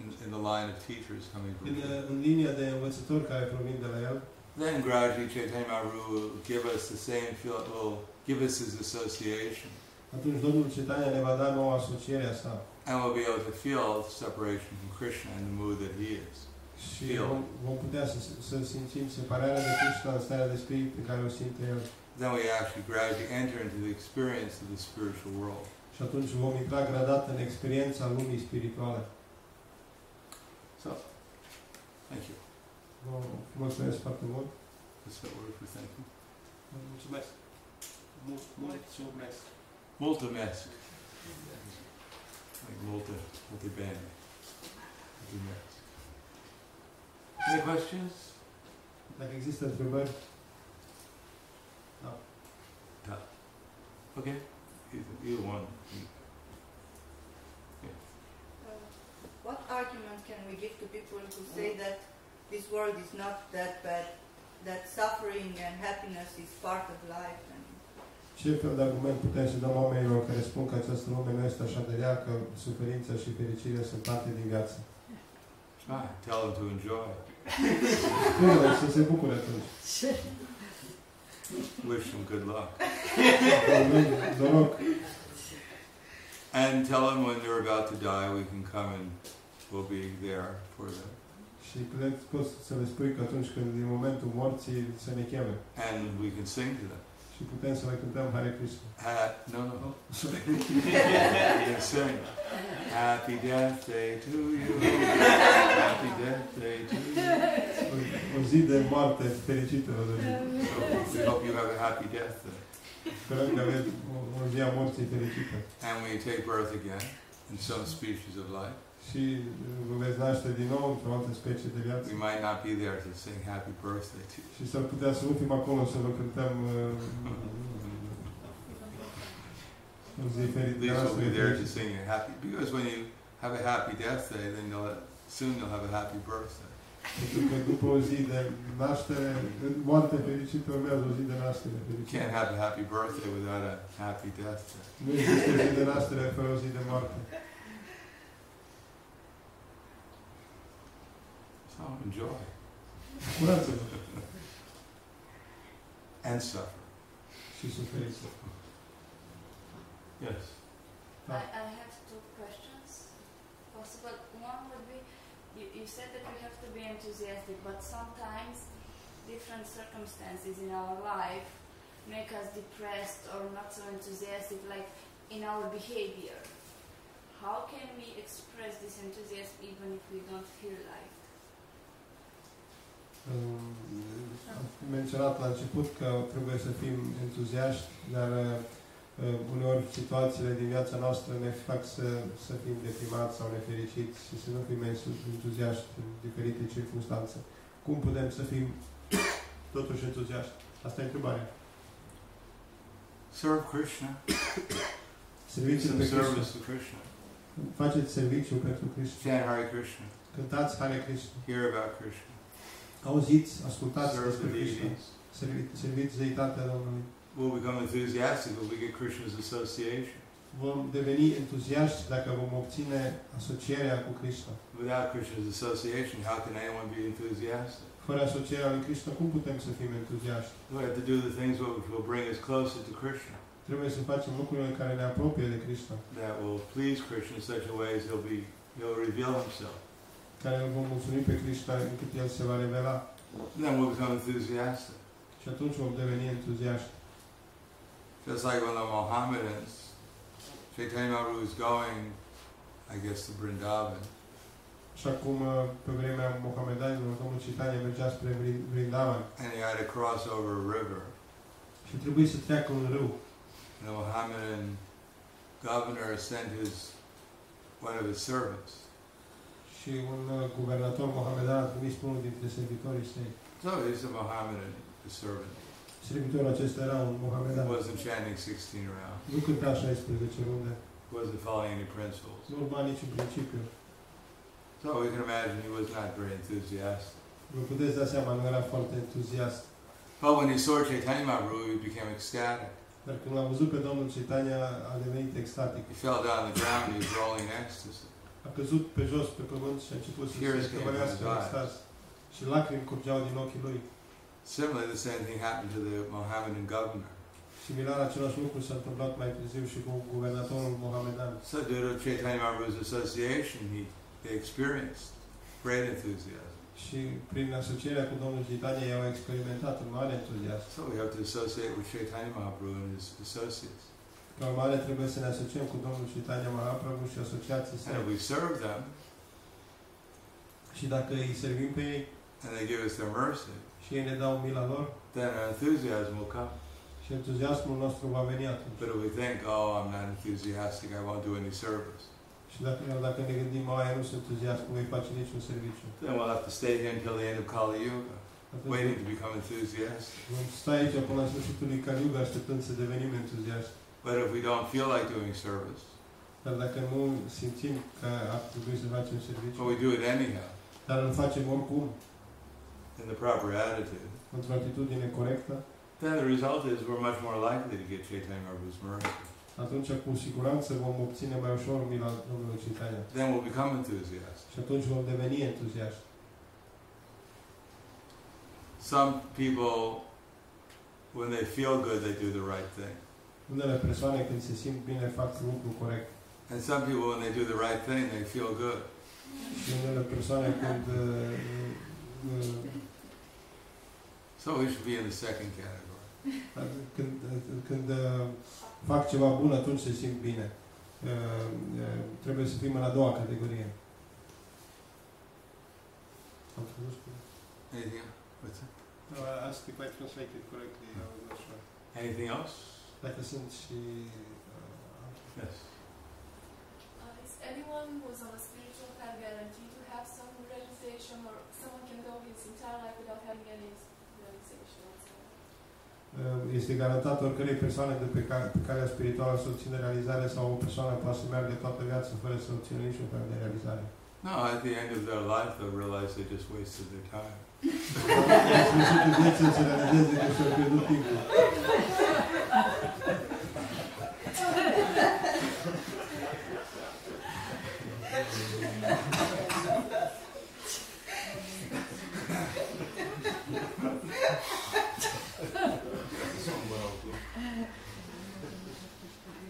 Speaker 1: in, in the line of teachers coming from
Speaker 2: în,
Speaker 1: him.
Speaker 2: în linia de învățători care provin de la el.
Speaker 1: Then gradually Chaitanya Mahaprabhu will give us the same feel, will give us his association,
Speaker 2: Atunci Domnul Cetania ne va da nouă asocierea sa
Speaker 1: and we'll be able to feel the separation from Krishna and the mood that he is.
Speaker 2: și
Speaker 1: Eu.
Speaker 2: vom, vom putea să, să simțim separarea de Krishna în starea de spirit pe care o simte el.
Speaker 1: Then we actually gradually enter into the experience of the spiritual world.
Speaker 2: Și atunci vom intra gradat în experiența lumii spirituale.
Speaker 1: So, thank you.
Speaker 2: Vă mulțumesc foarte mult.
Speaker 1: That's that word for thank you.
Speaker 3: Mul- Mulțumesc. Mult, mult mulțumesc.
Speaker 1: Multimesc. Like multi, multi-band. Multi-mask. Any questions?
Speaker 2: Dacă există întrebări,
Speaker 1: Okay. Either, either one.
Speaker 4: Uh, What argument can we give to people who say that this world is not that bad, that suffering and happiness is part of life? And
Speaker 2: ce fel de argument putem să dăm oamenilor care spun că această lume nu este așa de rea, că suferința și fericirea sunt parte din viață?
Speaker 1: Try. Tell them to enjoy.
Speaker 2: Spune să se bucure atunci.
Speaker 1: Wish them good luck.
Speaker 2: Doresc Noroc.
Speaker 1: And tell them when they're about to die, we can come and we'll be there for them.
Speaker 2: Și cred, poți să le spui că atunci când din momentul morții să ne cheme
Speaker 1: And we can sing to them.
Speaker 2: și putem să le cântăm Hare Krishna.
Speaker 1: Ha- no, no. we can sing. Happy death day to you. Happy death day to you.
Speaker 2: O, o zi de moarte fericită vă dorim.
Speaker 1: So we hope you have a happy death then.
Speaker 2: Sperăm că aveți o, o zi a morții fericită.
Speaker 1: And we take birth again in some species of life.
Speaker 2: Și uh, vă veți naște din nou într-o altă specie de viață.
Speaker 1: We might not be there to sing happy birthday to you.
Speaker 2: Și s-ar putea să nu fim acolo să vă cântăm uh, o zi
Speaker 1: At least we'll be there
Speaker 2: fericită.
Speaker 1: to sing a happy. Because when you have a happy death day, then you'll soon you'll have a happy birthday.
Speaker 2: Pentru că după o zi de naștere, moarte fericită, urmează o zi de naștere
Speaker 1: You
Speaker 2: fericită.
Speaker 1: can't have a happy birthday without a happy death day.
Speaker 2: Nu există zi de naștere fără o zi de moarte.
Speaker 1: So enjoy
Speaker 2: Curați-vă
Speaker 1: and suffer.
Speaker 2: și suferiți.
Speaker 1: Yes.
Speaker 5: I, I have two questions possible. One would be you, you said that we have to be enthusiastic, but sometimes different circumstances in our life make us depressed or not so enthusiastic, like in our behavior. How can we express this enthusiasm even if we don't feel like?
Speaker 2: Uh, Am menționat la început că trebuie să fim entuziaști, dar uh, uh, uneori situațiile din viața noastră ne fac să, să fim deprimați sau nefericiți și să nu fim entu- entuziaști în diferite circunstanțe. Cum putem să fim totuși entuziaști? Asta e întrebarea.
Speaker 1: Serve Krishna. Do
Speaker 2: Serviciul
Speaker 1: some
Speaker 2: pe Krishna.
Speaker 1: service to Krishna.
Speaker 2: Faceți serviciu pentru Krishna.
Speaker 1: Chant Hare Krishna.
Speaker 2: Cântați Hare Krishna.
Speaker 1: Hear about Krishna.
Speaker 2: Auziți, ascultați
Speaker 1: Serve
Speaker 2: despre
Speaker 1: the
Speaker 2: Krishna.
Speaker 1: deities.
Speaker 2: Servi- Serviți deitatea Domnului.
Speaker 1: We'll become enthusiastic if we get Krishna's association.
Speaker 2: Vom deveni entuziaști dacă vom obține asocierea cu Krishna.
Speaker 1: Without Krishna's association, how can anyone be enthusiastic?
Speaker 2: Fără asocierea lui Krishna, cum putem să fim entuziaști?
Speaker 1: We have to do the things which will bring us closer to Krishna,
Speaker 2: Trebuie să facem lucrurile care ne apropie de Krishna,
Speaker 1: that will please Krishna in such a way as he'll be, he'll reveal himself.
Speaker 2: care îl vom mulțumi pe Krishna încât El se va revela.
Speaker 1: And then we'll become enthusiastic.
Speaker 2: Și atunci vom deveni entuziaști.
Speaker 1: Just like when the Mohammedans, Chaitanya Mahaprabhu was going, I guess, to Vrindavan,
Speaker 2: Așa cum uh, pe vremea mohamedanilor, domnul Citania mergea spre Vrin- Vrindavan
Speaker 1: and he had to cross over a river.
Speaker 2: și trebuie să treacă un râu.
Speaker 1: And the Mohammedan governor sent his, one of his servants.
Speaker 2: Și un uh, guvernator mohamedan a trimis pe unul dintre servitorii săi.
Speaker 1: So he's a Mohammedan, the servant.
Speaker 2: Servitorul acesta era un
Speaker 1: He
Speaker 2: mohamedan.
Speaker 1: wasn't chanting 16 rounds.
Speaker 2: Nu cânta 16 runde,
Speaker 1: He wasn't following any principles.
Speaker 2: nu urma niciun principiu.
Speaker 1: So we can imagine he was not very enthusiastic.
Speaker 2: Vă puteți da seama, nu era foarte entuziast.
Speaker 1: But when he saw Chaitanya Mahaprabhu, he became ecstatic.
Speaker 2: Dar când l-a văzut pe domnul Citania, a devenit extatic.
Speaker 1: He fell down on the ground, he was rolling in ecstasy.
Speaker 2: A căzut pe jos pe pământ și a început să
Speaker 1: Tears
Speaker 2: se
Speaker 1: came
Speaker 2: căvărească
Speaker 1: from his
Speaker 2: în extaz. Și lacrimi curgeau din ochii lui.
Speaker 1: Similarly, the same thing happened to the Mohammedan governor.
Speaker 2: Similar, același lucru s-a întâmplat mai târziu și cu guvernatorul mohamedan.
Speaker 1: So due to Chaitanya Mahaprabhu's association, he, they experienced great enthusiasm.
Speaker 2: Și prin asocierea cu domnul Gitania, ei au experimentat un mare entuziasm.
Speaker 1: So we have to associate with Chaitanya Mahaprabhu and his associates.
Speaker 2: Ca urmare, trebuie să ne asociem cu domnul Gitania Mahaprabhu și asociații
Speaker 1: And if
Speaker 2: sale.
Speaker 1: we serve them
Speaker 2: Și dacă îi servim pe ei
Speaker 1: and they give us their mercy,
Speaker 2: și ei ne dau mila lor,
Speaker 1: then our enthusiasm will come.
Speaker 2: și entuziasmul nostru va veni atunci.
Speaker 1: But if we think, oh, I'm not enthusiastic, I won't do any service,
Speaker 2: Și dacă, dacă ne gândim, aia nu sunt entuziasm, nu îi face niciun serviciu.
Speaker 1: then we'll have to stay here until the end of Kali Yuga,
Speaker 2: Atunci
Speaker 1: waiting to become enthusiastic.
Speaker 2: vom sta aici până la sfârșitul lui Caliuga așteptând să devenim entuziasm.
Speaker 1: But if we don't feel like doing service,
Speaker 2: Dar dacă nu simțim că ar trebui să facem
Speaker 1: but we
Speaker 2: serviciu,
Speaker 1: do it anyhow,
Speaker 2: dar îl facem oricum,
Speaker 1: in the proper attitude,
Speaker 2: într-o atitudine corectă,
Speaker 1: then the result is we're much more likely to get Chaitanya Mahaprabhu's mercy.
Speaker 2: atunci cu siguranță vom obține mai ușor mila Domnului Citania.
Speaker 1: Then we'll become enthusiastic.
Speaker 2: Și atunci vom deveni entuziaști.
Speaker 1: Some people, when they feel good, they do the right thing.
Speaker 2: Unele persoane când se simt bine fac lucru corect.
Speaker 1: And some people, when they do the right thing, they feel good.
Speaker 2: Și unele persoane când uh, uh,
Speaker 1: So we should be in the second category.
Speaker 2: Când, când uh, fac ceva bun, atunci se simt bine. Uh, uh, Trebuie să fim în a doua categorie. Am spus?
Speaker 1: Anything else? What's that?
Speaker 2: No, I asked if I translated correctly, I was not sure.
Speaker 1: Anything else?
Speaker 2: Dacă sunt și... uh,
Speaker 1: Yes.
Speaker 5: Uh, is anyone who's on a spiritual path guaranteed to have some realization, or someone can go his entire life without having any realization whatsoever?
Speaker 2: uh, Este garantat oricărei persoane de pe, ca, pe calea spirituală să obțină realizare sau o persoană poate să meargă toată viața fără să obțină niciun fel de realizare.
Speaker 1: No, at the end of their life, they'll realize they just wasted their time.
Speaker 2: La sfârșitul vieții să realizeze că și-au pierdut timpul.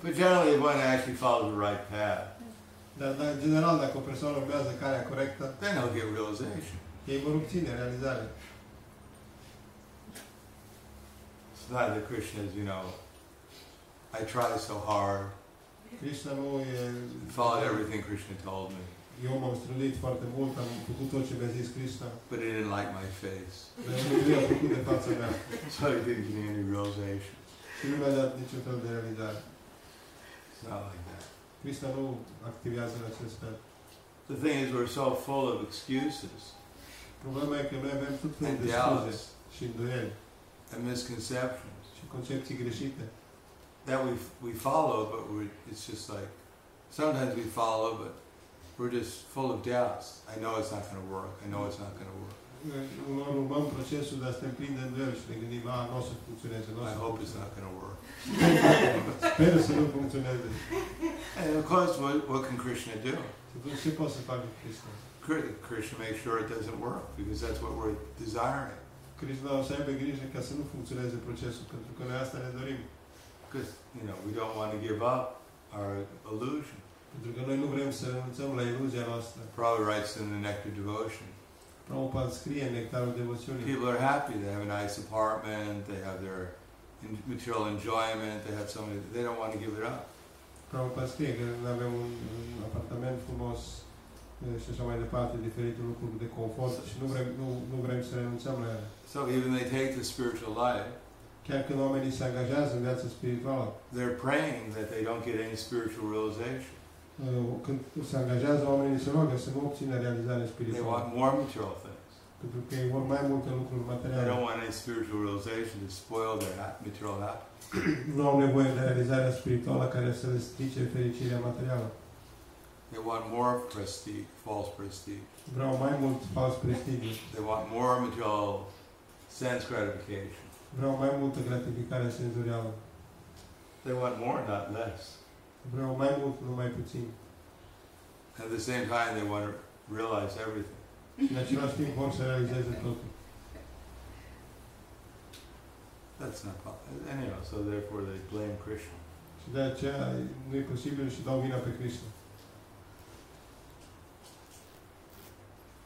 Speaker 1: But generally, if one actually follows the right path,
Speaker 2: Dar, dar, în general, dacă o persoană urmează calea corectă,
Speaker 1: then they'll get realization.
Speaker 2: ei vor obține realizare.
Speaker 1: It's not that Krishna is, you know, I try so hard,
Speaker 2: Krishna nu e...
Speaker 1: followed everything Krishna told me,
Speaker 2: Eu m-am străduit foarte mult, am făcut tot ce mi-a zis Krishna,
Speaker 1: but he didn't like my face.
Speaker 2: dar nu mi-a făcut de fața mea.
Speaker 1: So he didn't give me any realization.
Speaker 2: Și nu mi-a dat niciun fel de realizare.
Speaker 1: It's not like that.
Speaker 2: Krishna nu activează în acest fel.
Speaker 1: The thing is, we're so full of excuses
Speaker 2: Problema e că noi avem tot felul
Speaker 1: and
Speaker 2: de scuze
Speaker 1: doubts
Speaker 2: și îndoieli
Speaker 1: and misconceptions
Speaker 2: și concepții greșite.
Speaker 1: that we we follow, but we're, it's just like sometimes we follow, but we're just full of doubts. I know it's not going to work. I know it's not going to work.
Speaker 2: Unor urmăm procesul, dar suntem plini de îndoieli și ne gândim, a, nu o să funcționeze, nu o
Speaker 1: I
Speaker 2: să
Speaker 1: hope it's
Speaker 2: funcționeze."
Speaker 1: not going to work.
Speaker 2: Sper să nu funcționeze.
Speaker 1: And of course, what, what can Krishna do?
Speaker 2: Și atunci ce poate să facă Krishna?
Speaker 1: Kr- Krishna makes sure it doesn't work because that's what we're desiring.
Speaker 2: Krishna o să aibă grijă ca să nu funcționeze procesul, pentru că noi asta ne dorim.
Speaker 1: Because you know we don't want to give up our illusion.
Speaker 2: Pentru că noi nu vrem să renunțăm la iluzia noastră.
Speaker 1: Prabhupada writes in the Nectar Devotion.
Speaker 2: Prabhupada scrie în nectarul devoțiunii.
Speaker 1: People are happy. They have a nice apartment. They have their in- material enjoyment. They have somebody. They don't want to give it up.
Speaker 2: Prabhupada scrie că noi avem un, un apartament frumos eh, și așa mai departe, diferite lucruri de confort și nu vrem, nu, nu vrem să renunțăm la ele.
Speaker 1: So even they take the spiritual life,
Speaker 2: Chiar când oamenii se angajează în viața spirituală,
Speaker 1: they're praying that they don't get any spiritual realization.
Speaker 2: eh, când se angajează oamenii se roagă să nu obțină realizare
Speaker 1: They
Speaker 2: spirituală,
Speaker 1: want more material things.
Speaker 2: pentru că ei vor mai multe lucruri
Speaker 1: They
Speaker 2: materiale.
Speaker 1: don't want any spiritual realization to spoil their hap- material happiness.
Speaker 2: Nu au nevoie de realizarea spirituală care să le strice fericirea materială.
Speaker 1: They want more prestige, false prestige.
Speaker 2: Vreau mai mult fals prestigiu.
Speaker 1: They want more material sense gratification.
Speaker 2: Vreau mai multă gratificare senzorială.
Speaker 1: They want more, not less.
Speaker 2: Vreau mai mult, nu mai puțin.
Speaker 1: At the same time, they want to realize everything.
Speaker 2: Și în același timp vor să realizeze totul.
Speaker 1: That's not possible. Anyhow, so therefore they blame Krishna.
Speaker 2: Și de aceea nu e posibil și dau vina pe Cristo.